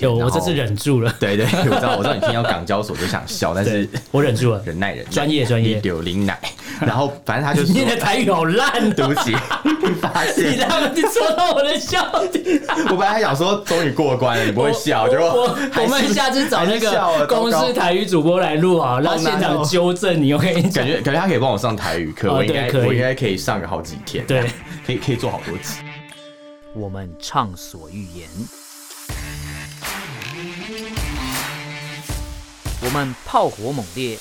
有，我这次忍住了，对对， 我知道，我知道你听到港交所就想笑，但是对，我忍住了。忍耐忍耐，专业专业柳林奶，然后反正他就你的说，台语好烂、对哦，不起，发你现他们就戳到我的笑点。我本来还想说终于过关了，你不 会笑，结我果我还我是们下次找那还是笑个了糟公糕司台语主播来录啊，让好难现场哦纠正你。我跟你讲 感，觉感觉他可以帮我上台语课，哦我应对该可以我应该可以上个好几天，对， 可以可以做好多集。我们畅所欲言；我们炮火猛烈；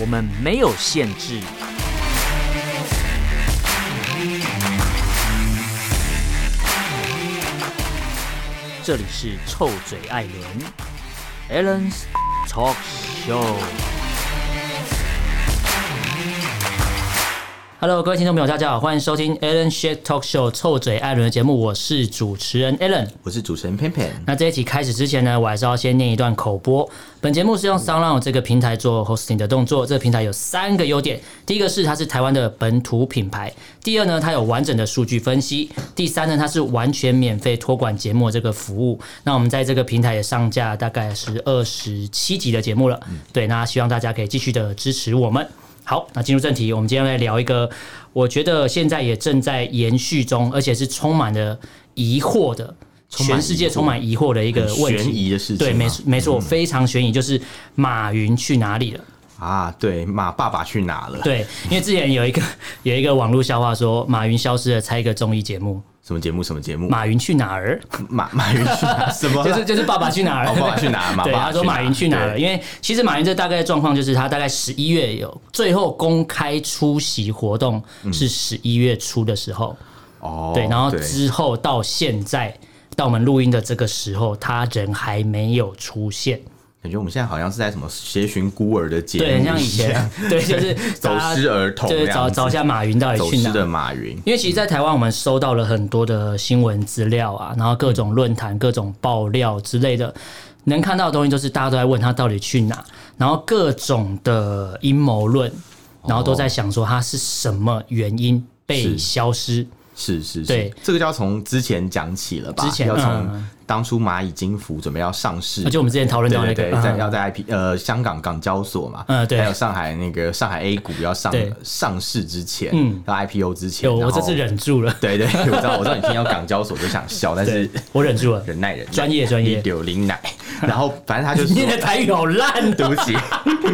我们没有限制。这里是臭嘴艾伦 a l l e n s Talk Show。Hello，各位听众朋友，大家好，欢迎收听 Alan Shake Talk Show 臭嘴艾伦的节目，我是主持人 Alan。我是主持人 p 偏，那这一集开始之前呢，我还是要先念一段口播。本节目是用 SoundOn 这个平台做 hosting 的动作。这个平台有三个优点：第一个是它是台湾的本土品牌；第二呢，它有完整的数据分析；第三呢，它是完全免费托管节目的这个服务。那我们在这个平台也上架大概是二十七集的节目了。对，那希望大家可以继续的支持我们。好，那进入正题，我们今天来聊一个，我觉得现在也正在延续中，而且是充满了疑惑的，充满全世界疑惑充满疑惑的一个问题，很悬疑的事情啊嗯对，没吗错，没错，非常悬疑，就是马云去哪里了？啊，对，马爸爸去哪了？ 对，因为之前有一个有一个网络笑话说，马云消失了，猜一个综艺节目，什么节目？什么节目？马云去哪 儿？马马云 去哪？什么啦？就是就是爸爸去哪儿？哦爸爸去哪儿 马对，爸爸他说去哪马云去哪儿对了？因为其实马云这大概的状况就是他大概十一月有最后公开出席活动是十一月初的时候，哦，对，然后对之后到现在到我们录音的这个时候，他人还没有出现。感觉我们现在好像是在什么协寻孤儿的节目，对，很像以 前，对，就是走大家失儿童就是这样找子找一下马云到底走去哪失。的马云。因为其实，在台湾我们收到了很多的新闻资料啊，然后各种论坛、各种爆料之类的，能看到的东西就是大家都在问他到底去哪，然后各种的阴谋论，然后都在想说他是什么原因被是消失。是是是，对这个就要从之前讲起了吧？之前要从嗯当初蚂蚁金服准备要上市，而且我们之前讨论对到那对个，对，在嗯要在 IP 呃香港港交所嘛，嗯对还有上海那个上海 A 股要上对上市之前，嗯嗯，到 IPO 之前，有我然后这次，忍住了，对对， 我知道我知道你听到港交所就想笑，但是我忍住了，忍耐忍耐，专业专业柳林奶，然后反正他就 你的说，台语好烂对哦、不 起，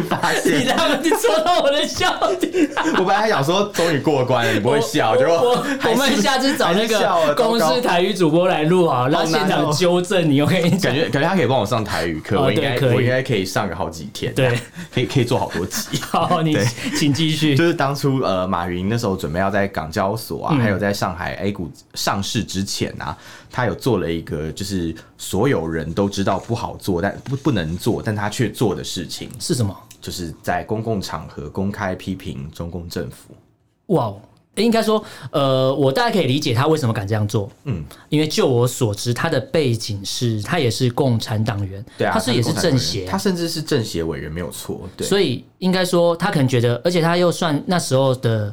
发你现他们就戳到我的笑点。 我本来还想说终于过关了，你不会笑，结我果我还是们下次找那还是笑个了公糟糕哦司台语主播来录啊，让现场纠正你。我跟你讲感，觉感觉他可以帮我上台语课，哦我应对该可以我应该可以上个好几天，对，可以可以做好多集。好，你对请继续就。是当初呃，马云那时候准备要在港交所嗯啊，还有在上海 A 股上市之前啊，他有做了一个就是所有人都知道不好做，但不不能做，但他却做的事情，是什么？就是在公共场合公开批评中共政府。哇哦！应该说，呃，我大概可以理解他为什么敢这样做。嗯，因为就我所知，他的背景是他也是共产党员，对啊，他是也是共产党政人协啊，他甚至是政协委员没有错。对，所以应该说他可能觉得，而且他又算那时候的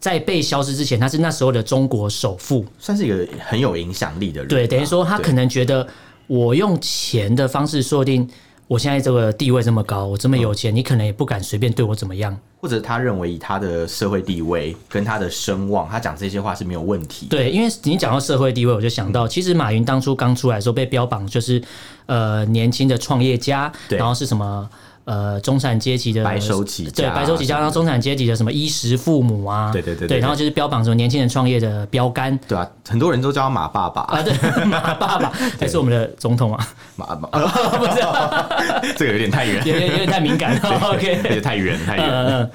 在被消失之前，他是那时候的中国首富。算是一个很有影响力的人吧。对，等于说他对可能觉得我用钱的方式说定我现在这个地位这么高，我这么有钱，你可能也不敢随便对我怎么样。或者他认为以他的社会地位跟他的声望，他讲这些话是没有问题。对，因为你讲到社会地位，我就想到，其实马云当初刚出来的时候被标榜就是呃年轻的创业家，对然后是什么呃中产阶级的白手起家对白手起家，然后中产阶级的什么衣食父母啊，对对对对对，对然后就是标榜什么年轻人创业的标杆。对啊，很多人都叫他马爸爸，啊，对，马爸爸还是我们的总统啊， 马马， 这个有点太远， 有点有点太敏感了。有 OK，点太远太远，嗯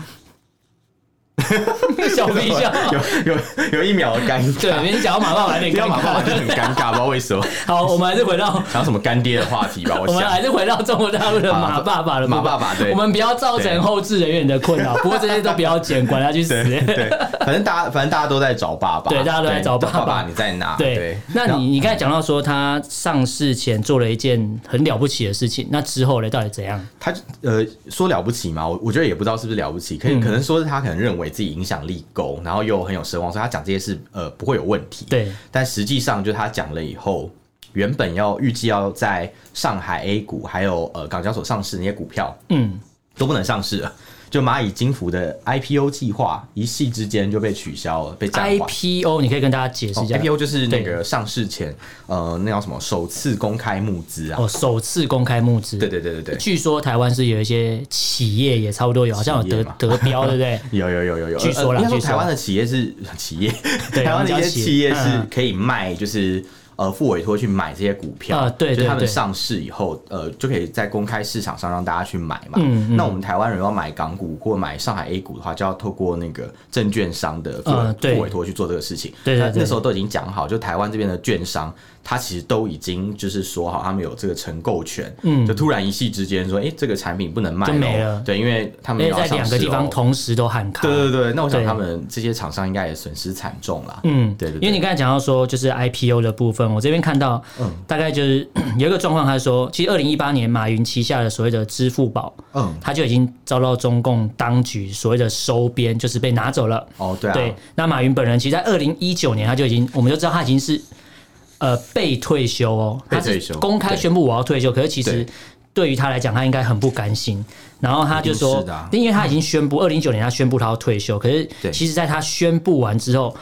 嗯，小皮 笑，有有有一秒的尴对，尬。你讲到马爸爸还得听尴到啊马爸爸尬。就很尴尬，不知道为什么。 好，我们还是回到想什么干爹的话题吧，我我们还想。啊是回到中国大陆的马爸爸的部分马爸爸对我们不要造成后置人员的困扰。不过这些都不要剪，管他去死。 对对，反正大家反正大家都在找爸爸，对大家都在找爸爸爸爸你在哪？ 对，那你你刚才讲到说他上市前做了一件很了不起的事情，那之后呢，到底怎样？嗯他呃说了不起嘛，我我觉得也不知道是不是了不起，可以、可能说是他可能认为自己影响力够，然后又很有声望，所以他讲这些事呃不会有问题。对，但实际上，就他讲了以后，原本要预计要在上海 A 股还有呃港交所上市那些股票嗯，都不能上市了。就蚂蚁金服的 IPO 计划一夕之间就被取消了，被暂缓。哦 IPO 你可以跟大家解释一下。 IPO 就是那个上市前，呃，那叫什么首次公开募资啊？哦，首次公开募资。对对对对对，据说台湾是有一些企业也差不多有，好像有得企业嘛得标，对不对？有有有有有。据说啦呃应该说据说台湾的企业是企业， 对 台湾的我一们些叫企业企业是嗯可以卖，就是。呃，付委托去买这些股票，啊对对就是他对们上市以后，呃，就可以在公开市场上让大家去买嘛。嗯嗯那我们台湾人要买港股或买上海 A 股的话，就要透过那个证券商的付委、嗯对付委托去做这个事情。对对那对那时候都已经讲好，就台湾这边的券商，他其实都已经就是说好，他们有这个承购权。嗯就突然一夕之间说，哎、这个产品不能卖就没咯了对，因为他而们且要在上两个市哦地咯方同时都喊卡。对对对，那我想对他们这些厂商应该也损失惨重啦。嗯，对对对因为你刚才讲到说，就是 IPO 的部分，我这边看到，嗯大概就是 有一个状况，他说，其实二零一八年马云旗下的所谓的支付宝，嗯，他就已经遭到中共当局所谓的收编，就是被拿走了。哦，对啊，对，那马云本人其实，在二零一九年他就已经，我们就知道他已经是呃被退休哦，被他是退休公开对宣布我要退休，可是其实对对于他来讲，他应该很不甘心。然后他就一定说是的啊，因为他已经宣布，二零一九年他宣布他要退休，可是对其实在他宣布完之后。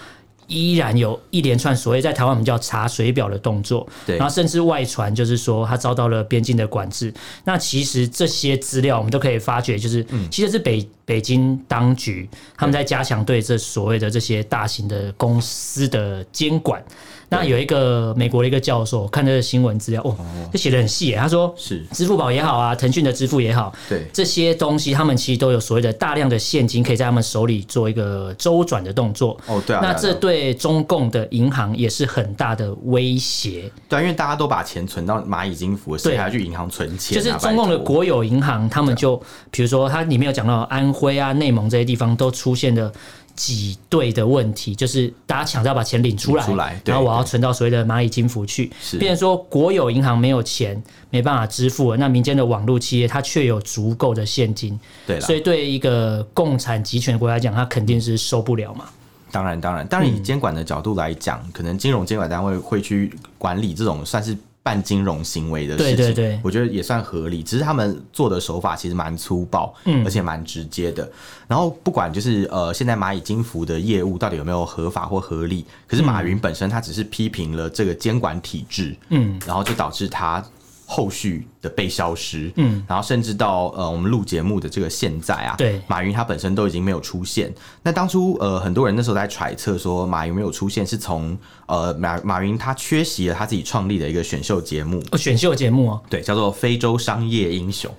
依然有一连串所谓在台湾我们叫查水表的动作，对然后甚至外传就是说他遭到了边境的管制。那其实这些资料我们都可以发觉，就是、嗯其实是北北京当局他们在加强对这所谓的这些大型的公司的监管。那有一个美国的一个教授，我看这个新闻资料，哦，这写的很细耶。他说，是支付宝也好啊，腾讯的支付也好，对这些东西，他们其实都有所谓的大量的现金可以在他们手里做一个周转的动作。哦对啊那对啊这对中共的银行也是很大的威胁。对啊，因为大家都把钱存到蚂蚁金服了，对谁还要去银行存钱就啊？是拜中共的托啊国有银行，他们就比如说它里面有讲到安徽啊、内蒙这些地方都出现了挤兑的问题，就是大家抢着要把钱领出来，领出来对然后我要存到所谓的蚂蚁金服去，是变成说国有银行没有钱，没办法支付了，那民间的网络企业它却有足够的现金，对啦所以对一个共产集权国家来讲，它肯定是受不了嘛。当然，当然，当然，以监管的角度来讲，可能金融监管单位会去管理这种算是半金融行为的事情，对对对我觉得也算合理。只是他们做的手法其实蛮粗暴，而且蛮直接的。然后不管就是呃，现在蚂蚁金服的业务到底有没有合法或合理，可是马云本身他只是批评了这个监管体制，嗯，然后就导致他。后续的被消失，嗯，然后甚至到呃，我们录节目的这个现在啊，对马云他本身都已经没有出现。那当初呃，很多人那时候在揣测说马云没有出现是从呃马马云他缺席了他自己创立的一个选秀节目，哦选秀节目哦，对，叫做《非洲商业英雄》。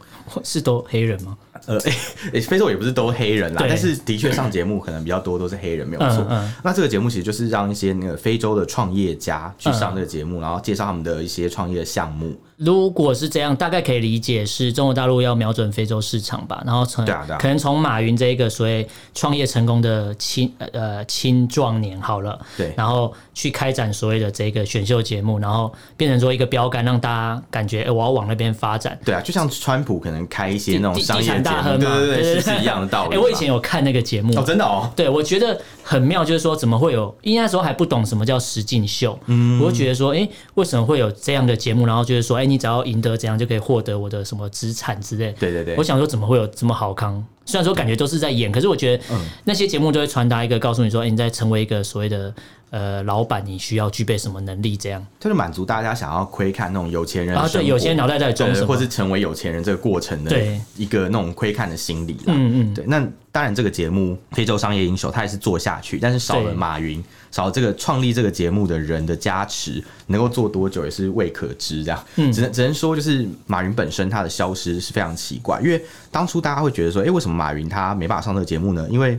是都黑人吗？呃，诶诶非洲也不是都黑人啦，对但是的确上节目可能比较多都是黑人，没有错。嗯嗯那这个节目其实就是让一些那个非洲的创业家去嗯上这个节目，然后介绍他们的一些创业的项目。如果是这样，大概可以理解是中国大陆要瞄准非洲市场吧，然后从、对啊对啊可能从马云这一个所谓创业成功的青呃呃青壮年好了，对然后去开展所谓的这个选秀节目，然后变成说一个标杆，让大家感觉、诶哎我要往那边发展。对啊，就像川普可能开一些那种地商业地节产大目，亨嘛，对对对对，是是一样的道理 哎、嘛。我以前有看那个节目，啊哦，真的哦，对，我觉得很妙，就是说怎么会有？因为那时候还不懂什么叫实境秀，嗯我就觉得说，哎、为什么会有这样的节目？然后就是说，哎、你只要赢得怎样就可以获得我的什么资产之类。对对对我想说怎么会有这么好康？虽然说感觉都是在演，可是我觉嗯得那些节目都会传达一个告诉你说，哎、你在成为一个所谓的呃老板，你需要具备什么能力这样。他就满足大家想要窥看那种有钱人的啊对生活有钱人脑袋在装对什么或是成为有钱人这个过程的对一个那种窥看的心理啦。嗯嗯，对。那当然，这个节目《非洲商业英雄》它也是做下去，但是少了对马云，少了这个创立这个节目的人的加持，能够做多久也是未可知。这样，嗯只能只能说就是马云本身他的消失是非常奇怪，因为当初大家会觉得说，哎、为什么马云他没办法上这个节目呢？因为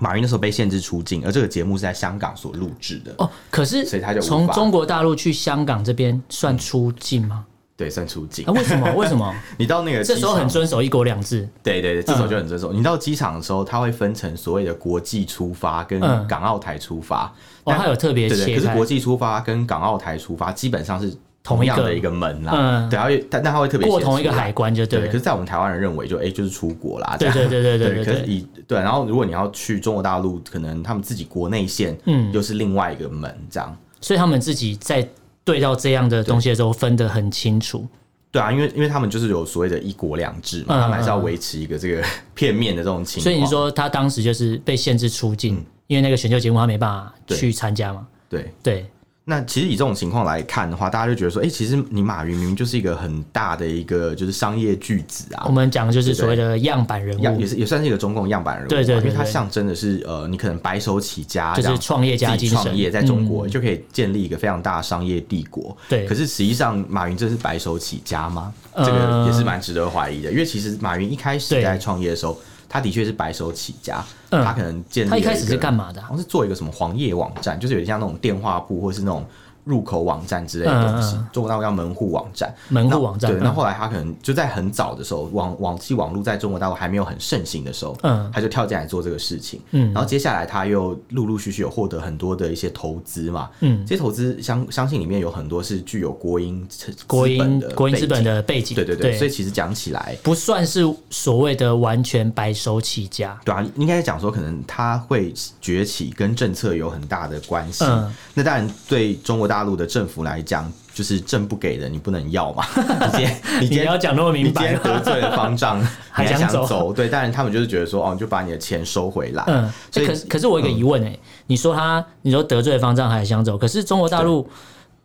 马云那时候被限制出境，而这个节目是在香港所录制的，哦，可是所以他就无法从中国大陆去香港这边算出境吗？对，算出境啊，。为什么？为什 么？你到那个这时候机很嗯场遵守一国两制。对对对，这时候就很遵守。你到机场的时候，它会分成所谓的国际出发跟嗯港澳台出发。哦，但他有特别对切对，可开。是国际出发跟港澳台出发基本上是同一样个的一个门啦，嗯对，然后但但他会特别过写同一出个来海关就对对，了可是，在我们台湾人认为就，哎就是出国啦，这对样对对对对对可是对以对，然后如果你要去中国大陆，可能他们自己国内线，嗯嗯，又是另外一个门这样。所以他们自己在对到这样的东西的时候分得很清楚。对啊，因为因为他们就是有所谓的一国两制嘛，嗯他们还是要维持一个这个 片面的这种情况。所以你说他当时就是被限制出境，嗯因为那个选秀节目他没办法去参加嘛。对？对，那其实以这种情况来看的话，大家就觉得说，哎、其实你马云明明就是一个很大的一个就是商业巨子啊我，们讲的就是所谓的样板人样也物，是也算是一个中共样板人物嗯嘛，对对对因为他对象征的是呃，你可能白手起家，就这是样创业家自己精神。嗯创业在中国就可以建立一个非常大的商业帝国。对可是实际上马云这是白手起家吗？呃这个也是蛮值得怀疑的，因为其实马云一开始对在创业的时候，他的确是白手起家，嗯他可能建立他一了开始个是干嘛的啊好像是做一个什么黄页网站，就是有点像那种电话簿或是那种。入口网站之类的东西，嗯嗯中国大陆叫门户网站。门户那网站对，那嗯后来他可能就在很早的时候，网网际网络在中国大陆还没有很盛行的时候，嗯他就跳进来做这个事情。嗯然后接下来他又陆陆续续有获得很多的一些投资嘛，嗯这些投资相相信里面有很多是具有国营资国营资本的国营背资本景，的背景，对对对，所以其实讲起来。不算是所谓的完全白手起家。对啊，应该讲说，可能它会崛起跟政策有很大的关系。嗯那当然，对中国大陆的政府来讲，就是政不给的，你不能要嘛。 你今天你你今要天讲那么你明今白天吗，得罪了方丈，你 还还想想走走？对，当然他们就是觉得说，哦，你就把你的钱收回来。嗯，所欸、以嗯可是可是我有一个疑问哎、你说他，你说得罪方丈还想走，可是中国大陆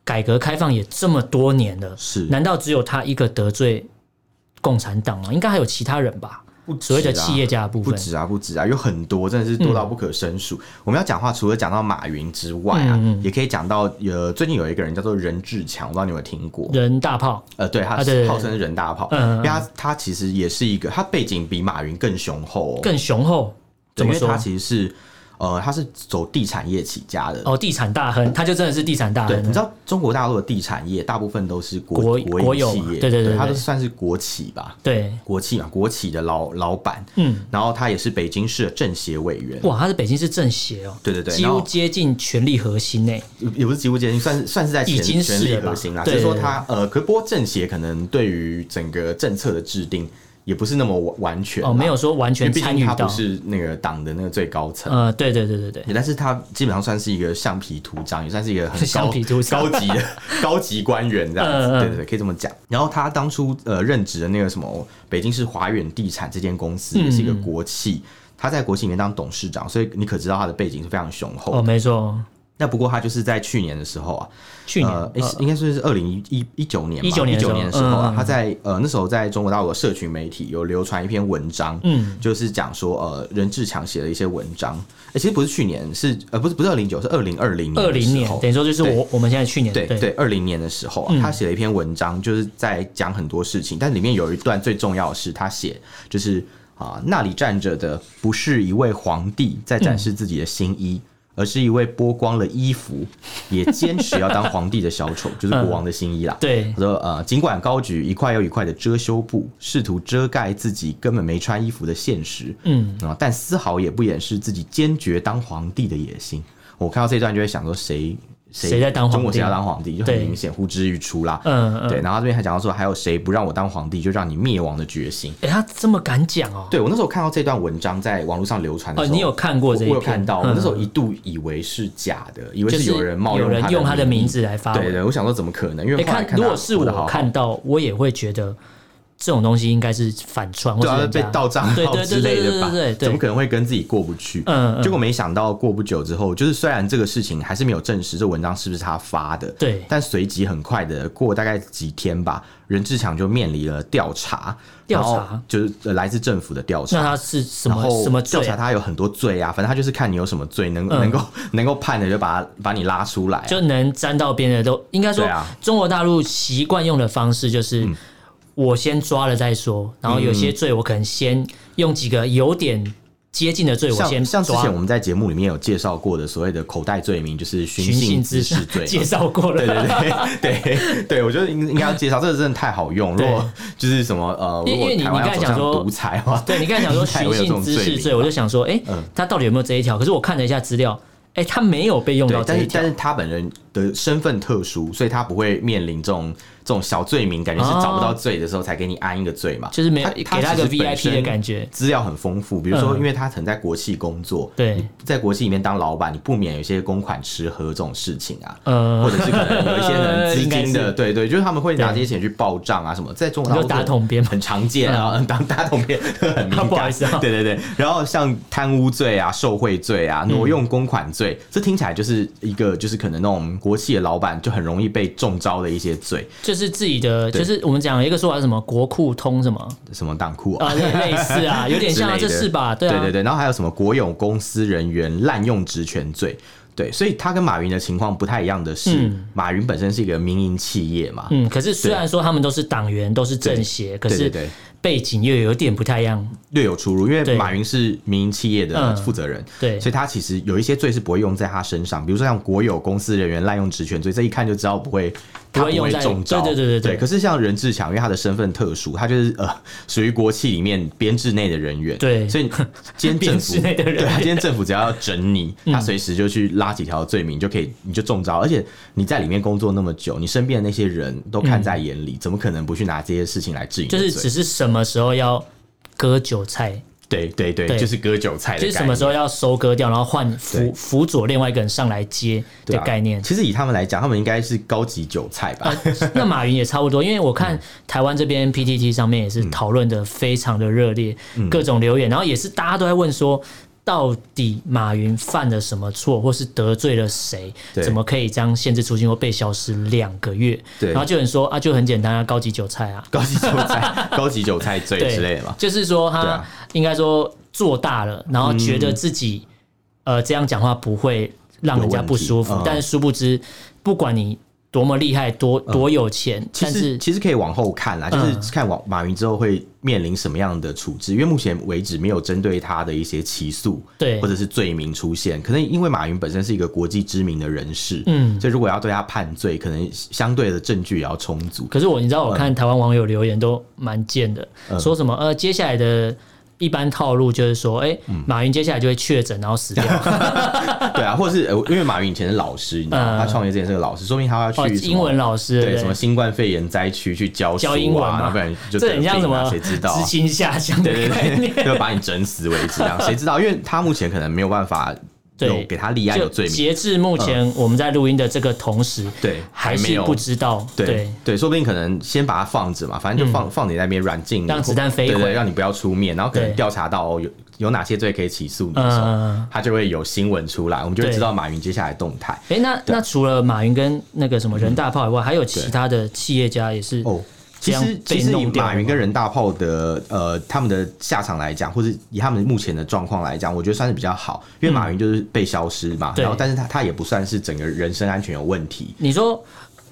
改革开放也这么多年了，是难道只有他一个得罪共产党吗？应该还有其他人吧？不止所谓的啊企业家的部不分，嗯止啊，不止啊，有很多真的是多到不可胜数。我们要讲话，除了讲到马云之外啊，也可以讲到呃，最近有一个人叫做任志强，我不知道你有没有听过？人大炮，呃，对，嗯啊他对对是对号称是人大炮，嗯嗯嗯因为他他其实也是一个，他背景比马云更雄厚、哦，更雄厚，对怎么因为说他？其实是呃，他是走地产业起家的。哦，地产大亨，他就真的是地产大对，亨你知道中国大陆的地产业大部分都是啊国国国国有营企嘛业，对对对对他都算是国企吧，对，国企嘛，国企的老老板，嗯，然后他也是北京市的政协委员，哇，他是北京市政协哦，对对对几然乎后接近权力核心哎诶、也也不是极务接近，算是算是在已经权是权力了吧核心啦。只对是说他呃，可是不过政协可能对于整个政策的制定也不是那么完完全啦哦，没有，说完因为全毕参竟与他不到，是哦那个党的那个最高层。啊呃，对对对对对，也但是他基本上算是一个橡皮图章，也算是一个很橡高皮图章高级的高级官员这样子，嗯嗯对对对，可以这么讲。然后他当初呃任职的那个什么北京市华远地产这间公司，嗯也是一个国企，他在国企里面当董事长，所以你可知道他的背景是非常雄厚的哦，没错，那不过他就是在去年的时候啊，去年、呃，诶是应该说是二零一一九年吧， 19年的时19候年的时候啊，嗯嗯他在呃那时候在中国大陆的社群媒体有流传一篇文章，嗯，就是讲说呃任志强写的一些文章，诶其实不是去年，是呃不是不是二零九，是二零二零二零年，等于说就是对我我们现在去年嗯对对，二零年的时候啊，他写了一篇文章，就是在讲很多事情，但里面有一段最重要的是，他写就是啊，那里站着的不是一位皇帝在展示自己的新衣。嗯而是一位剥光了衣服，也坚持要当皇帝的小丑， 嗯就是国王的新衣啦。对他说呃，尽管高举一块又一块的遮羞布，试图遮盖自己根本没穿衣服的现实，嗯啊、但丝毫也不掩饰自己坚决当皇帝的野心。我看到这一段就会想说谁，谁谁在当皇帝中国谁要当皇帝，就很对明显呼之欲出啦。嗯嗯，对，然后他这边还讲到说，还有谁不让我当皇帝，就让你灭亡的决心。哎、他这么敢讲哦、对我那时候看到这段文章在网络上流传的哦，时候，你有看过我这一我有篇？看到，我那时候嗯一度以为是假的，以为就是有人冒有人用他的名名字来发对文。对，我想说怎么可能？因为哎后来看，看如他果是活得我好好看到，我也会觉得这种东西应该是反串，或对者啊，被盗账对号对对之对类对的吧？对对怎么对，可能会跟自己过不去？嗯嗯结果没想到过不久之后，就是虽然这个事情还是没有证实这文章是不是他发的，对但随即很快的过大概几天吧，任志强就面临了调查，调查然后就是呃来自政府的调那查。他是什然么后什么调罪查啊？他有很多罪啊，反正他就是看你有什么罪能、嗯能够能够判的就把他把你拉出来啊、就能沾到边的都应该说对啊，嗯中国大陆习惯用的方式就是。我先抓了再说，然后有些罪我可能先用几个有点接近的罪，我先像像之抓前我们在节目里面有介绍过的所谓的口袋罪名，就是寻寻衅衅滋滋事事罪嗯 嘛，介绍过了，对对对对对，我觉得应应该要介绍，这个真的太好用。如果就是什么呃，因如因果为你台湾你要刚才走讲向说独裁的话，对你刚才讲 说太寻会有衅这种滋事名啊嗯罪，我就想说，哎、他到底有没有这一条？可是我看了一下资料，哎、他没有被用对到，这但一是条但。是他本人的身份特殊，所以他不会面临这种这种小罪名，感觉是找不到罪的时候才给你安一个罪嘛，就是没有他给他他其个实本 VIP 的身感觉。资料很丰富，比如说，嗯因为他可能在国企工作，对你在国企里面当老板，你不免有一些公款吃喝这种事情啊，呃或者是可能有一些可能资应该金是的，对对，就是他们会拿对这些钱去报账啊什么，在中国你大说陆打桶边吗嗯很常见啊， 当打桶边很敏感，不好意思啊对对对。然后像贪污罪啊、受贿罪啊、嗯挪用公款罪，这听起来就是一个就是可能那种国企的老板就很容易被中招的一些罪， 就是自己的，对就是我们讲一个说法是什么国库通什么 什么党库啊啊，类类似啊，有点像啊，之这类的是吧？对啊， 对对对，然后还有什么国有公司人员滥用职权罪。对，所以他跟马云的情况不太一样的是，嗯马云本身是一个民营企业嘛，嗯，可是虽然说他们都是党员，都是政协，可对是对对背景又有点不太一样。略有出入，因对为马云是民营企业的嗯负责人，对所以他其实有一些罪是不会用在他身上，比如说像国有公司人员滥用职权罪，这一看就知道不会，不他会不用会在中招，对对对对对可是像任志强，因为他的身份特殊，他就是呃属于国企里面编制内的人员，对所以今天政编制府内的人员嗯对，今天政府只要要整你，他随时就去拉几条罪名就可以，你就中招，而且你在里面工作那么久，你身边的那些人都看在眼里，怎么可能不去拿这些事情来质疑你嗯就的罪？是只是什么时候要割韭菜，对对对，对就是割韭菜的就概是念。什么时候要收割掉，然后换辅对辅佐另外一个人上来接对的啊概念。啊其实以他们来讲，他们应该是高级韭菜吧？呃那马云也差不多，因为我嗯看台湾这边 PTT 上面也是讨论的非常的热烈，嗯各种留言，然后也是大家都在问说。到底马云犯了什么错，或是得罪了谁？对怎么可以这样限制出境或被消失两个月？对然后就有人说啊，就很简单啊，高级韭菜啊，高级韭 菜、高级韭菜罪之类的嘛。就是说对他啊嗯应该说做大了，然后觉得自己、呃这样讲话不会让人家不舒服，有问题嗯但是殊不知，不管你多么厉害，多多有钱，嗯其但实是其实可以往后看啦，嗯就是看往马云之后会面临什么样的处置，因为目前为止没有针对他的一些起诉，对或者是罪名出现。可能因为马云本身是一个国际知名的人士，嗯所以如果要对他判罪，可能相对的证据也要充足。可是我你知道，我看台湾网友留言都蛮贱的，嗯说什么呃，接下来的一般套路就是说，哎、嗯马云接下来就会确诊，然后 死掉，对啊，或者是呃因为马云以前是老师，你知道嗯吗，他创业之前是个老师，说明他要哦，去什么英文老师对不什么新冠肺炎灾区去教书教啊，英文嘛要不然就这得很像病什啊么谁知道啊知青下乡的对概对念， 对，就把你整死为止，这样谁知道？因为他目前可能没有办法对有给他立案就有罪名，截至目前我们在录音的这个同时，对，还没是有不知道，对对，说不定可能先把它放着嘛，反正就放、放你那边软禁，嗯让子弹飞对回对，来让你不要出面，然后可能对调查到哦有有哪些罪可以起诉你的时候，嗯他就会有新闻出来，我们就会对知道马云接下来动态。哎、那那除了马云跟那个什么人大炮以外，还有其对他的企业家也是哦。其这样实，被其实以弄掉马云吗跟人大炮的呃他们的下场来讲，或者以他们目前的状况来讲，我觉得算是比较好，因为马云就是被消失嘛，对然后但是他他也不算是整个人身安全有问题，你说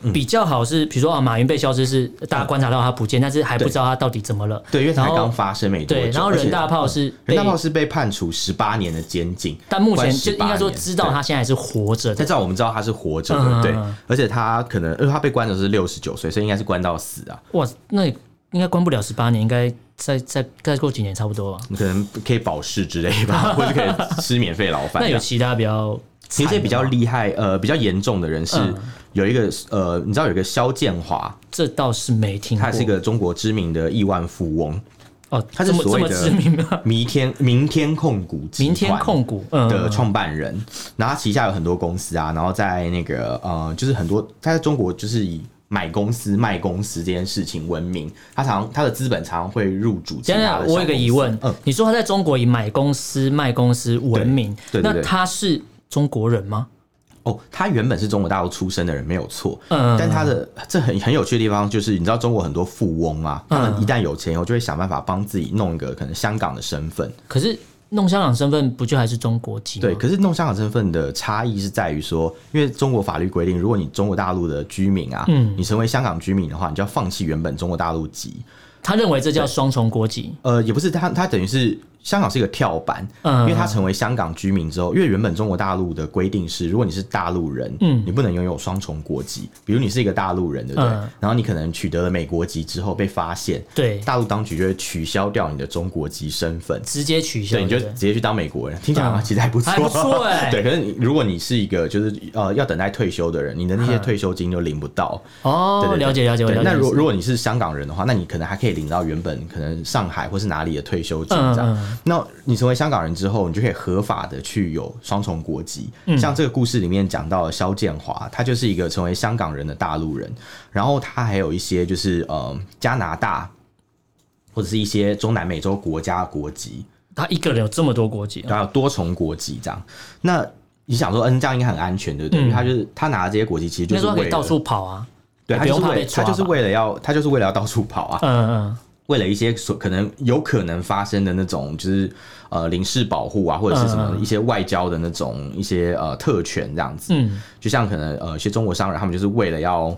嗯比较好是，比如说啊，马云被消失是大家观察到他不见，但是还不对知道他到底怎么了。对，因为才然后刚发生没多久，对，然后而且嗯人大炮是人被，大炮是被判处十八年的监禁，但目前关就18应该说年知道他现在还是活着但的。至少我们知道他是活着嗯嗯嗯的，对嗯，而且他可能，因为他被关的是六十九岁，所以应该是关到死啊，哇，那应该关不了十八年，应该再再再过几年差不多吧。你可能可以保释之类 吧，或者可以吃免费牢饭那这有样。其他比较其惨的吗，实这比较厉害，呃，比较严重的人是嗯有一个呃，你知道有一个肖建华，这倒是没听过。他是一个中国知名的亿万富翁，哦，他是这么所这谓么的知名 吗？明天明天控股集团明天控股，嗯，的嗯创办人，然后他旗下有很多公司啊，然后在那个呃，就是很多他在中国就是以买公司卖公司这件事情闻名，他常他的资本常常会入主其等一他的下，小公司。我有个疑问，嗯，你说他在中国以买公司、卖公司闻名，对对对那他是中国人吗？哦，他原本是中国大陆出生的人没有错，嗯但他的这很很有趣的地方就是，你知道中国很多富翁啊，他嗯们一旦有钱以后就会想办法帮自己弄一个可能香港的身份，可是弄香港身份不就还是中国籍吗？对，可是弄香港身份的差异是在于说，因为中国法律规定，如果你中国大陆的居民啊，嗯你成为香港居民的话，你就要放弃原本中国大陆籍。他认为这叫双重国籍，呃，也不是他，他等于是香港是一个跳板，嗯因为它成为香港居民之后，因为原本中国大陆的规定是，如果你是大陆人，嗯，你不能拥有双重国籍，比如你是一个大陆人，对不对？嗯然后你可能取得了美国籍之后被发现，对，大陆当局就会取消掉你的中国籍身份。直接取消，对，你就对不直对接去当美国人，听起来好像嗯其实还不错，还不错欸对，可是你如果你是一个就是呃要等待退休的人，你的那些退休金就领不到。对哦，对对了解了解，我对了解。那如果如果你是香港人的话，那你可能还可以领到原本可能上海或是哪里的退休金这样。嗯嗯那你成为香港人之后，你就可以合法的去有双重国籍。嗯像这个故事里面讲到的肖建华，他就是一个成为香港人的大陆人，然后他还有一些就是呃加拿大。或者是一些中南美洲国家的国籍，他一个人有这么多国籍啊，然后多重国籍这样。那你想说，嗯，这样应该很安全，对不对？因为他就是他拿的这些国籍，其实就那是时候可为以了到处跑啊，对，也他不就用是怕为被了抓他吧，就是为了要他就是为了要到处跑啊，嗯嗯为了一些所可能有可能发生的那种，就是呃领事保护啊，或者是什么嗯嗯一些外交的那种一些呃特权这样子。嗯，就像可能呃一些中国商人，他们就是为了要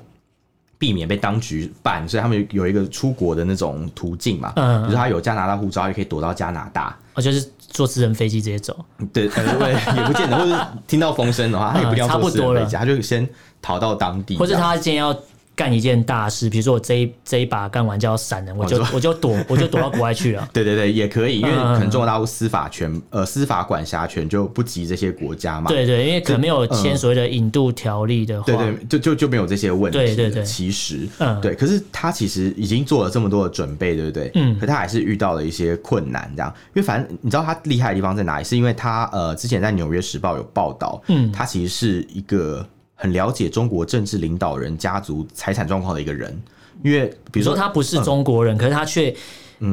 避免被当局办，所以他们有一个出国的那种途径嘛。嗯嗯比如说他有加拿大护照，也可以躲到加拿大。我哦就是坐私人飞机直接走， 对，呃，我也也不见得，或者听到风声的话，他也不一定嗯差要不做私多人了飞机，他就先逃到当地这样，或者他今天要干一件大事，比如说我这一这一把干完就要闪人，我就我我就躲，我就躲到国外 去了。对对对，也可以，因为嗯嗯嗯可能中国大陆司法权呃司法管辖权就不及这些国家嘛。对对，因为可能没有签所谓的引渡条例的话，嗯对对，就就就没有这些问题了。对对对其实，嗯对，可是他其实已经做了这么多的准备，对不对？嗯可他还是遇到了一些困难，这样。因为反正你知道他厉害的地方在哪里，是因为他呃之前在《纽约时报》有报道，嗯他其实是一个很了解中国政治领导人家族财产状况的一个人，因为比比如如说说他不是中国人，可是他却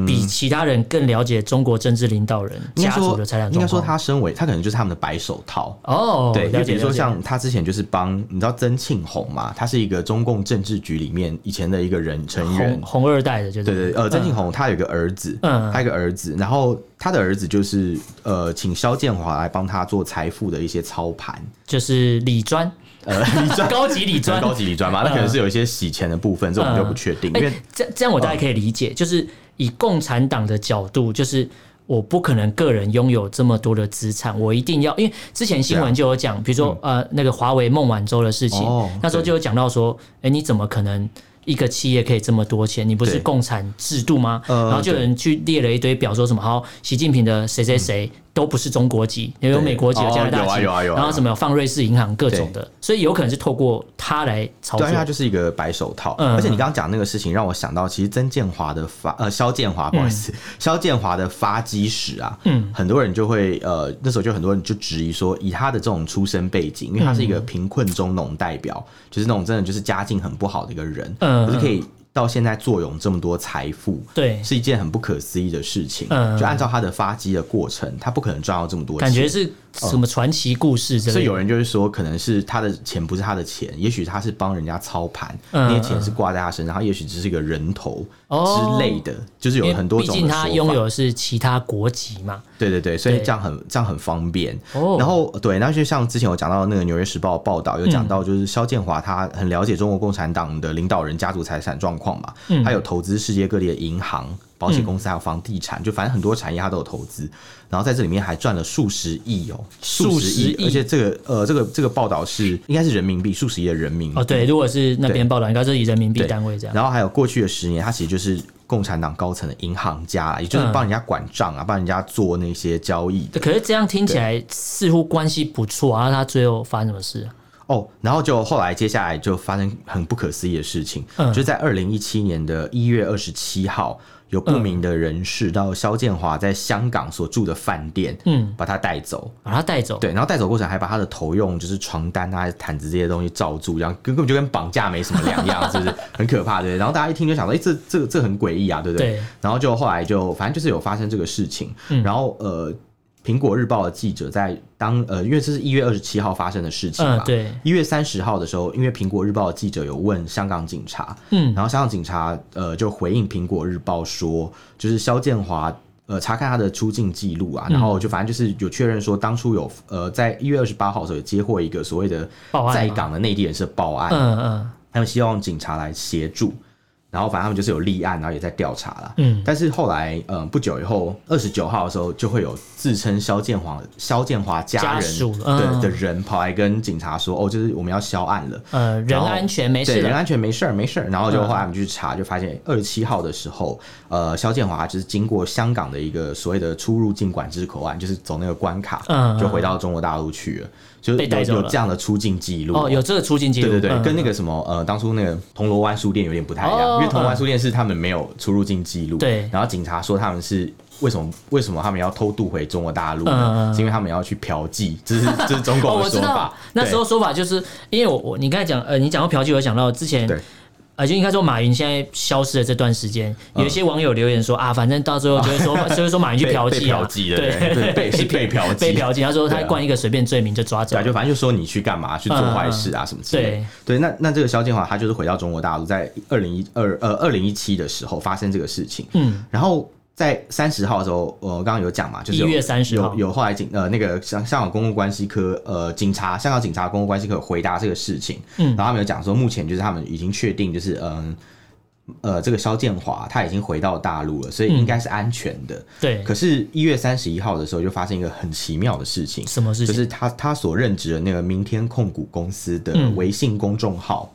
比其他人更了解中国政治领导人嗯应该家族说的财产应状该说况。他身为他可能就是他们的白手套。哦，对，就了比解如说了解像他之前就是帮你知道曾庆红嘛，他是一个中共政治局里面以前的一个人成员红。红二代的，就是对对，呃，曾庆红他有一个儿子，嗯他有一个儿子，然后他的儿子就是呃，请肖建华来帮他做财富的一些操盘， 就是理专，呃，理专高级理专可能，高级理专嘛，那可能是有一些洗钱的部分，这我们就不确定，因哎、为嗯这这样我大概可以理解，就是以共产党的角度，就是我不可能个人拥有这么多的资产，我一定要，因为之前新对啊嗯闻就有讲，比如说、呃那个华为孟晚舟的事情，哦那时候就有讲到说，哎、你怎么可能？一个企业可以这么多钱，你不是对共产制度吗？呃然后就有人去列了一堆表，说什么好，习近平的谁谁谁都不是中国籍，也有嗯对美国籍、有哦加拿大有啊籍，有啊有啊然后什么有放瑞士银行各种的，所以有可能是透过他来操作对，。他就是一个白手套。哦嗯而且你刚刚讲那个事情，让我想到，其实曾建华的发呃，肖建嗯华，不好意思，肖建华的发迹史啊，嗯，很多人就会呃，那时候就很多人就质疑说，以他的这种出身背景，因为他是一个贫困中农代表，就是那种真的就是家境很不好的一个人，嗯可是可以到现在坐拥这么多财富，对是一件很不可思议的事情。嗯就按照他的发迹的过程，他不可能赚到这么多钱，感觉是什么传奇故事之所以类的。有人就是说，可能是他的钱不是他的钱，也许他是帮人家操盘，嗯那些钱是挂在他身上，他也许只是个人头哦之类的，就是有因为很多毕种竟的他说拥法有的是其他国籍嘛。对对对，所以对这样很这样很方便。哦然后呃对，那就像之前有讲到那个《纽约时报》报道，有嗯讲到就是肖建华他很了解中国共产党的领导人家族财产状况嘛，嗯他有投资世界各地的银行、保险公司还有房地产，就反正很多产业他都有投资。然后在这里面还赚了数十亿哦，数十亿而且这个呃这个这个报道是应该是人民币数十亿的人民币哦，对，如果是那边报道，应该是以人民币对单位这样。然后还有过去的十年，他其实就是共产党高层的银行家啦，也就是嗯帮人家管账啊，帮人家做那些交易的。可是这样听起来似乎关系不错啊，那他最后发生什么事啊？哦，然后就后来接下来就发生很不可思议的事情，嗯就在二零一七年的一月二十七号，有嗯不明的人士到肖建华在香港所住的饭店，嗯，把他带走。把他带走。对，然后带走过程还把他的头用就是床单啊、毯子这些东西罩住，然后根本就跟绑架没什么两样，是不是？ 很可怕，对不对。然后大家一听就想说，哎、这这这很诡异啊，对不对？对嗯然后就后来就反正就是有发生这个事情，然后呃，苹果日报的记者在当呃，因为这是一月二十七号发生的事情嘛，嗯对一月三十号的时候，因为苹果日报的记者有问香港警察，嗯然后香港警察呃就回应苹果日报说，就是肖建华。呃，查看他的出境记录啊，然嗯后就反正就是有确认说，当初有呃，在一月二十八号的时候有接获一个所谓的报案吗在港的内地人士报案，嗯嗯，他们希望警察来协助。然后反正他们就是有立案，然后也在调查啦。嗯但是后来，嗯，不久以后，二十九号的时候，就会有自称肖建华、肖建华家家人属的、嗯的人跑来跟警察说：“哦，就是我们要销案了。”呃，人然后安全没对，事人的，安全没事儿没事儿。然后就嗯后来我们去查，就发现二十七号的时候，呃，肖建华就是经过香港的一个所谓的出入境管制口岸，就是走那个关卡，嗯就回到中国大陆去了，就是被带走有有了这样的出境记录。哦，有这个出境记录，对对对，嗯跟那个什么呃，当初那个铜锣湾书店有点不太一样，哦因为铜锣湾书店是他们没有出入境记录，对然后警察说他们是。为什么为什么他们要偷渡回中国大陆呢？嗯嗯嗯是因为他们要去嫖妓，这是这是中哦，共我的说知法道。，那时对候说法就是，因为我我你刚才讲，呃，你讲到嫖妓，我想到之前对，呃，就应该说马云现在消失的这段时间，有一些网友留言说啊，反正到最后就会 说，就会说马云去嗯被嫖被妓啊嫖，妓的对，对 被是被嫖被妓嫖妓，他说他对啊冠一个随便罪名就抓走对啊，了，就反正就说你去干嘛，去做坏事啊什么之类的。对对，那那这个萧建华他就是回到中国大陆，在二零一二呃二零一七的时候发生这个事情，嗯，然后。在三十号的时候，呃我刚刚有讲嘛，就是有1月30号有有后来警呃那个香香港公共关系科呃警察香港警察公共关系科有回答这个事情，嗯然后他们有讲说，目前就是他们已经确定就是嗯呃这个萧建华他已经回到大陆了，所以嗯应该是安全的。对，可是，一月三十一号的时候就发生一个很奇妙的事情，什么事情就是他他所任职的那个明天控股公司的嗯微信公众号、嗯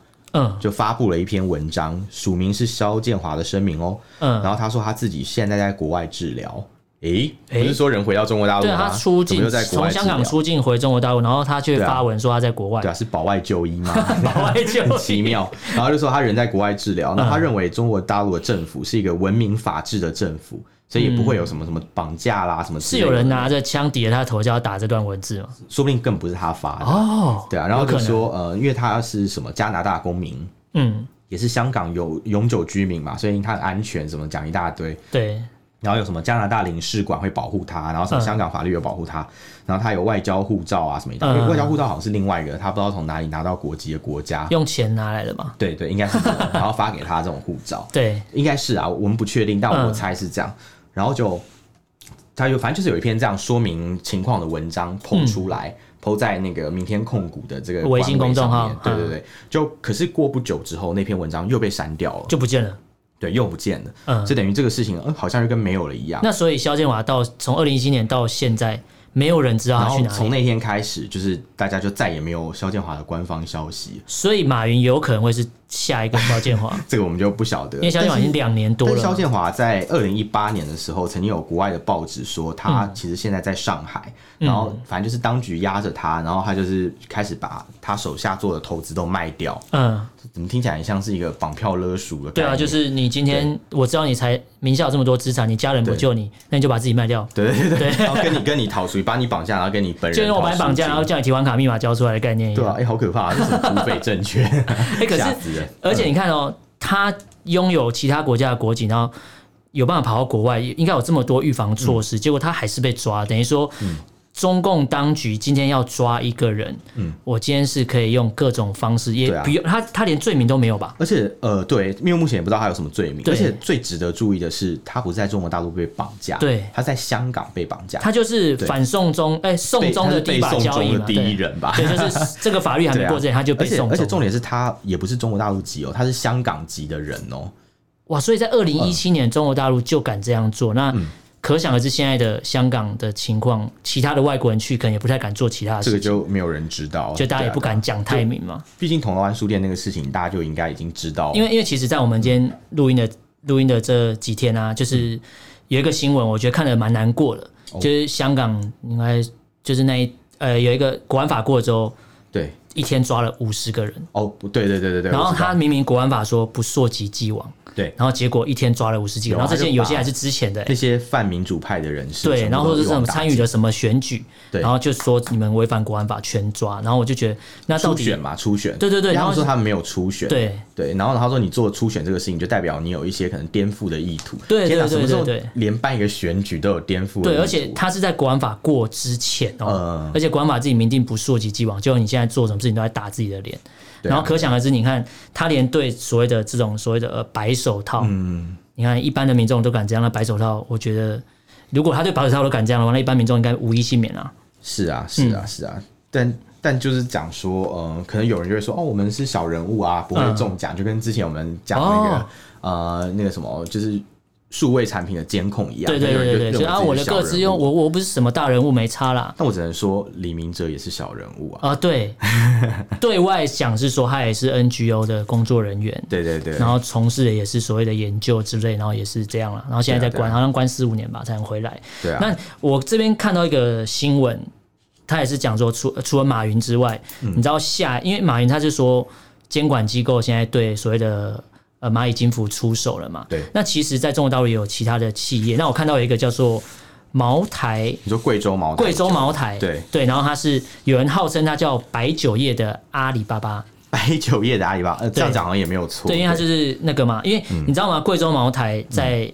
就发布了一篇文章，署名是肖建华的声明哦。然嗯，后他说他自己现在在国外治疗。诶、诶不是说人回到中国大陆对啊吗？他出怎么境又在国从外治香疗港出境回中国大陆，然后他却对啊发文说他在国外对，啊，是保外就医吗？ 保外就医嗯很奇妙。然后就说他人在国外治疗，那他认为中国大陆的政府是一个文明法治的政府，所以也不会有什么什么绑架啦什么之是类的。有人啊拿着枪抵着他的头就要打这段文字吗？说不定更不是他发的。哦，对啊，然后有就可能，说呃，因为他是什么加拿大公民，嗯，也是香港有永久居民嘛，所以他很安全什么讲一大堆，对，然后有什么加拿大领事馆会保护他，然后什么嗯香港法律有保护他，然后他有外交护照啊什么一大嗯堆，因为外交护照好像是另外一个他不知道从哪里拿到国籍的国家，用钱拿来的嘛，对对，应该是这种，然后发给他这种护照，对，应该是啊，我们不确定，但嗯我猜是这样。然后就他就反正就是有一篇这样说明情况的文章抛出来，抛、在那个明天控股的这个嗯微信公官微众号嗯上面对对对，就可是过不久之后，那篇文章又被删掉了，就不见了。对，又不见了。嗯就等于这个事情，嗯，好像又跟没有了一样。那所以肖建华到从二零一七年到现在，没有人知道然他去后哪从里，那天开始，就是大家就再也没有肖建华的官方消息，所以马云有可能会是下一个肖建 华，这个我们就不晓得。因为肖建华已经两年多但是肖了。建华在二零一八年的时候，曾经有国外的报纸说嗯他其实现在在上海，然后反正就是当局压着他，然后他就是开始把他手下做的投资都卖掉，嗯，怎么听起来很像是一个绑票勒赎的概对念？啊，就是你今天我知道你才名下有这么多资产，你家人不对救你，那你就把自己卖掉，对对对对，然后跟你跟你讨赎，把你绑架，然后跟你本 人就跟我把白你绑架，然后叫你提款卡密码交出来的概念一对啊，样。哎、好可怕、啊，这是土匪证券，哎 可是吓死人！而且你看哦，他拥有其他国家的国籍，然后有办法跑到国外，应该有这么多预防措嗯施，结果他还是被抓，等于说。中共当局今天要抓一个人，嗯，我今天是可以用各种方式，也对啊不用、他，他连罪名都没有吧？而且呃，对，因为目前也不知道他有什么罪名。对而且最值得注意的是，他不是在中国大陆被绑架，对他在香港被绑架，他就是对反送中，哎、送被中他的是第一被把送交椅中嘛，的第对一人吧。对，就是 这个法律还没对啊过之前，他就被而且送而且走重了。点是他也不是中国大陆籍哦，他是香港籍的人哦。哇，所以在二零一七嗯年，中国大陆就敢这样做，那可想而知，现在的香港的情况，其他的外国人去可能也不太敢做其他的这事个情，就没有人知道，哦就大家也不对啊。敢讲太明嘛。毕竟铜锣湾书店那个事情，大家就应该已经知道，因为因为其实，在我们今天录音的录音的这几天啊，就是有一个新闻，我觉得看得蛮难过的，哦就是香港应该就是那一呃有一个国安法过了之后，对一天抓了五十个人，哦，不对对对对对，然后我知道他明明国安法说不溯及既往，对然后结果一天抓了五十几个，有啊然后这些有他就把些还是之前的、欸欸那些泛民主派的人士，对，然后或者是什么参与的了什么选举，对然后就说你们违反国安法全抓，然后我就觉得那到初底选嘛，初选，对对对因为他然后们说他们没有初选，对对，然后他说你做初选这个事情，就代表你有一些可能颠覆的意图，对对天哪对对什么对时候连办一个选举都有颠覆的意图，对，而且他是在国安法过之前哦，嗯而且国安法自己明定不溯及既往，结果你现在做什么事情都在打自己的脸，对啊然后可想而知，你看他连对所谓的这种所谓的呃白手套，嗯你看一般的民众都敢这样的白手套，我觉得 如果他对白手套都敢这样的话，那一般民众应该无一幸免啊。是啊，是啊，是啊，但。但就是讲说，嗯、可能有人就会说，哦，我们是小人物啊，嗯不会中奖，就跟之前我们讲那哦个、呃那个什么，就是数位产品的监控一样，对对有人对就对对，所认以为啊，自己嗯我是的小个人资物用我我不是什么大人物，没差啦。但我只能说，李明哲也是小人物啊。啊、 对，对外讲是说他也是 NGO 的工作人员，对对对，然后从事的也是所谓的研究之类，然后也是这样了，然后现在在对啊对啊关，好像关四五年吧才能回来。对啊，那我这边看到一个新闻，他也是讲说除，除了马云之外，嗯你知道下，因为马云他是说监管机构现在对所谓的呃蚂蚁金服出手了嘛，对那其实在中国大陆也有其他的企业，那我看到有一个叫做茅台你说贵州茅台，贵州茅台，对对，然后它是有人号称它叫白酒业的阿里巴巴，白酒业的阿里巴巴，呃这样讲好像也没有错。对，因为它就是那个嘛，因为嗯你知道吗？贵州茅台在、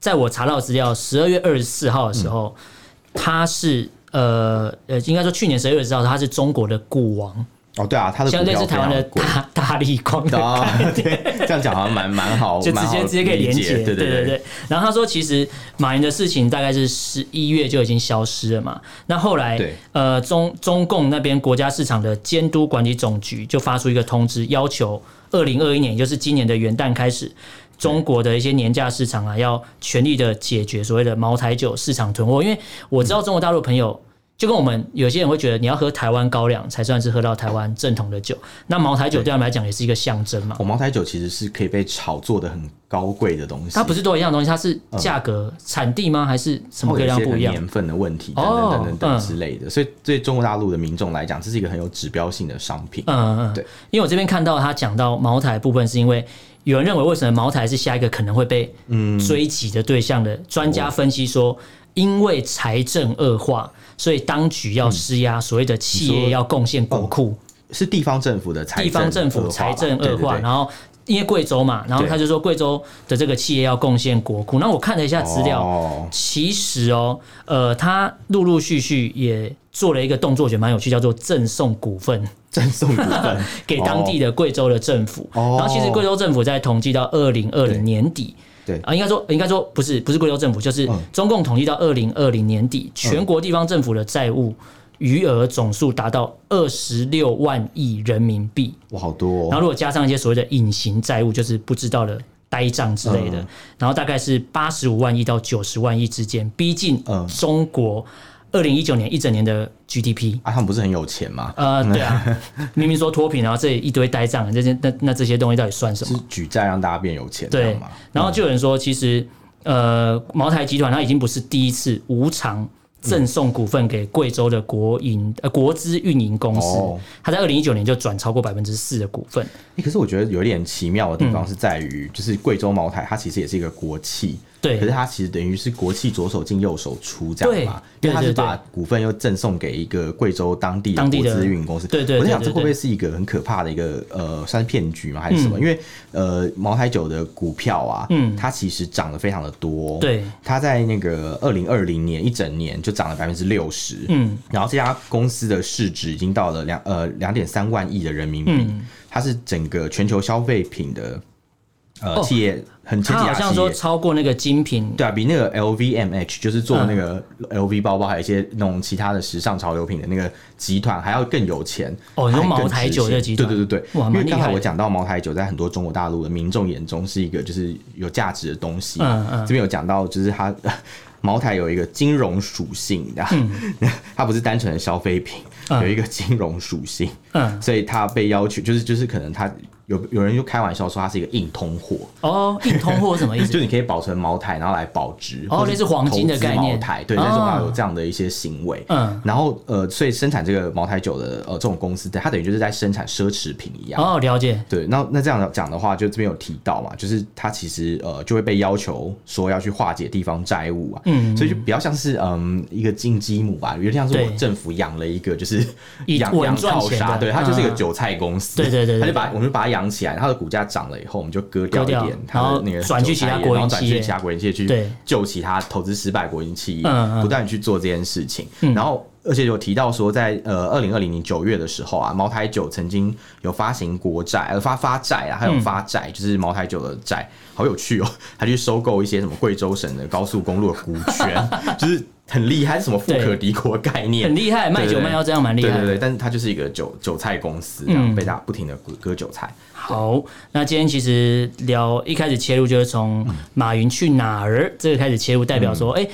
在我查到的资料，十二月二十四号的时候，嗯它是呃呃，应该说去年十二月二十四号，它是中国的股王，哦，对啊，它的相股对票是非台湾的常贵。大大力光的啊，对，这样讲好像蛮蛮好，就直蛮好接直接可以连接，理解，对对对对。对。然后他说，其实马云的事情大概是十一月就已经消失了嘛。那后来对，呃，中中共那边国家市场的监督管理总局就发出一个通知，要求二零二一年，也就是今年的元旦开始。中国的一些廉价市场啊，要全力的解决所谓的茅台酒市场囤货，因为我嗯知道中国大陆朋友就跟我们有些人会觉得，你要喝台湾高粱才算是喝到台湾正统的酒，那茅台酒对他们来讲也是一个象征嘛。我茅台酒其实是可以被炒作的很高贵的东西，它不是都一样的东西，它是价格、产地吗？还是什么各会嗯哦有一样些不一样？年份的问题，等哦等等等嗯等之类的。所以对中国大陆的民众来讲，这是一个很有指标性的商品。嗯嗯，对，因为我这边看到他讲到茅台部分，是因为有人认为为什么茅台是下一个可能会被嗯追击的对象的？专家分析说，因为财政恶化，所以当局要施压，所谓的企嗯你业说要贡献国库，是地方政府的财政地方政恶府化吧财政对恶对化，对然后。因为贵州嘛，然后对他就说贵州的这个企业要贡献国库。那我看了一下资料，哦其实哦，呃，他陆陆续续也做了一个动作，我觉得蛮有趣，叫做赠送股份赠送 股份给当地的。的贵州的政府。哦然后其实贵州政府在统计到二零二对零年底。对啊，应该说，应该说不是不是贵州政府，就是嗯中共统计到二零二零年底，全国地方政府的债务余额总数达到二十六万亿人民币。哇，好多、然哦。后如果加上一些所谓的隐形债务，就是不知道的呆账之类的，嗯然后大概是八十五万亿到九十万亿之间，逼近嗯中国二零一九年一整年的 GDP。啊，他们不是很有钱吗？呃，对 啊，明明说脱贫，然后这一堆呆账，这些那那这些东西到底算什是么？举债让大家变有钱，这对样吗？，然后就有人说，其实呃，茅台集团它已经不是第一次无偿嗯赠送股份给贵州的国营呃国资运营公司哦，它在二零一九年就转超过百分之四的股份，欸可是我觉得有点奇妙的地嗯方是在于，就是贵州茅台它其实也是一个国企，对可是它其实等于是国企左手进右手出这样嘛，对因为它对是对对把股份又赠送给一个贵州当地的当地国的资运营公司。对对对我在想这对对会不会是一个很可怕的一个呃，算是骗局吗？还是什么？因为呃，茅台酒的股票啊，嗯它其实涨得非常的多，对它在那个二零二零年一整年就涨了百分之六十，嗯，然后这家公司的市值已经到了两呃两点三万亿的人民币，嗯它是整个全球消费品的呃、哦企业很前他几好大像企说业。超过那个精品，对啊，比那个 LVMH 就是做嗯那个 LV 包包，还有一些那种其他的时尚潮流品的那个集团还要更有钱哦你说还更茅台酒值钱这集团对对对对，哇因为蛮厉刚才害我的讲到茅台酒在很多中国大陆的民众眼中是一个就是有价值的东西，嗯嗯这边有讲到就是它茅台有一个金融属性的，嗯 它不是单纯的消费品，有一个金融属性，嗯，所以它被要求就是就是可能它有有人就开玩笑说它是一个硬通货，哦，硬通货是什么意思 就？你可以保存茅台，然后来保值，哦或者类似黄金的概念茅台对，哦那时候它有这样的一些行为。嗯，然后呃，所以生产这个茅台酒的呃这种公司，它等于就是在生产奢侈品一样。哦，了解，对，那那这样讲的话，就这边有提到嘛，就是它其实呃就会被要求说要去化解地方债务啊，嗯所以就比较像是嗯一个金鸡母吧，有点像是我对政府养了一个就是以养稳养赚套钱杀，的对，它就是一个嗯韭菜公司，对对对对它就把我们就把它养起来，它的股价涨了以后，我们就割掉一割掉点它然的后那个转去韭菜其他叶国营然后转企业去其他国营企业去对救其他投资失败国营企业，嗯嗯不断地去做这件事情，嗯然后。而且有提到说在，呃二零二零年九月的时候啊，茅台酒曾经有发行国债，呃发发债嗯啊，还有发债，就是茅台酒的 债，好有趣哦。他去收购一些什么贵州省的高速公路的股权，就是很厉害，是什么富可敌国概念，很厉害，卖对酒对卖药这样蛮厉对害嗯对的。对，但是它就是一个韭韭菜公司，然后被大家不停的割割韭菜。好，那今天其实聊一开始切入就是从马云去哪儿这个开始切入，代表说，嗯哎、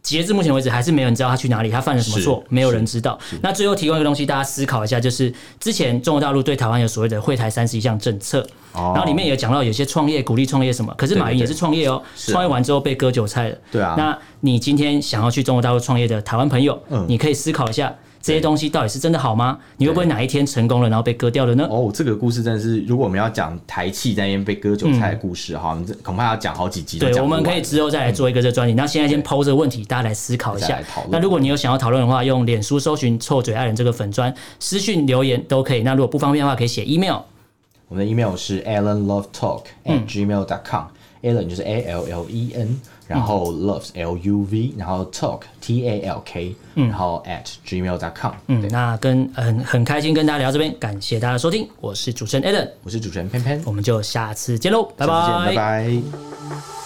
截至目前为止，还是没有人知道他去哪里，他犯了什么错，是没有人知道。那最后提供一个东西，大家思考一下，就是之前中国大陆对台湾有所谓的“惠台三十一项”政策，哦然后里面也讲到有些创业鼓励创业什么，可是马云对对对也是创业哦，啊创业完之后被割韭菜了。对啊那你今天想要去中国大陆创业的台湾朋友，嗯你可以思考一下。这些东西到底是真的好吗？你会不会哪一天成功了，然后被割掉了呢？哦，这个故事真的是，如果我们要讲台气在那边被割韭菜的故事哈，我们这恐怕要讲好几集嗯都对，讲我不完。嗯们可以之后再来做一个这个专题。那现在先抛这个问题，大家来思考一再下来讨。论那如果你有想要讨论的话，用脸书搜寻“臭嘴爱人”这个粉砖，私讯留言都可以。那如果不方便的话，可以写 email。我们的 email 是 alanlovetalk at 嗯 gmail dot com、Alan 就是 A L L E N，然后嗯 loves L U V，然后 talk T A L K，、然后 at gmail dot com。嗯，那跟很很开心跟大家聊到这边，感谢大家的收听，我是主持人 Allen，我是主持人偏偏，我们就下次见喽，拜下次见拜拜。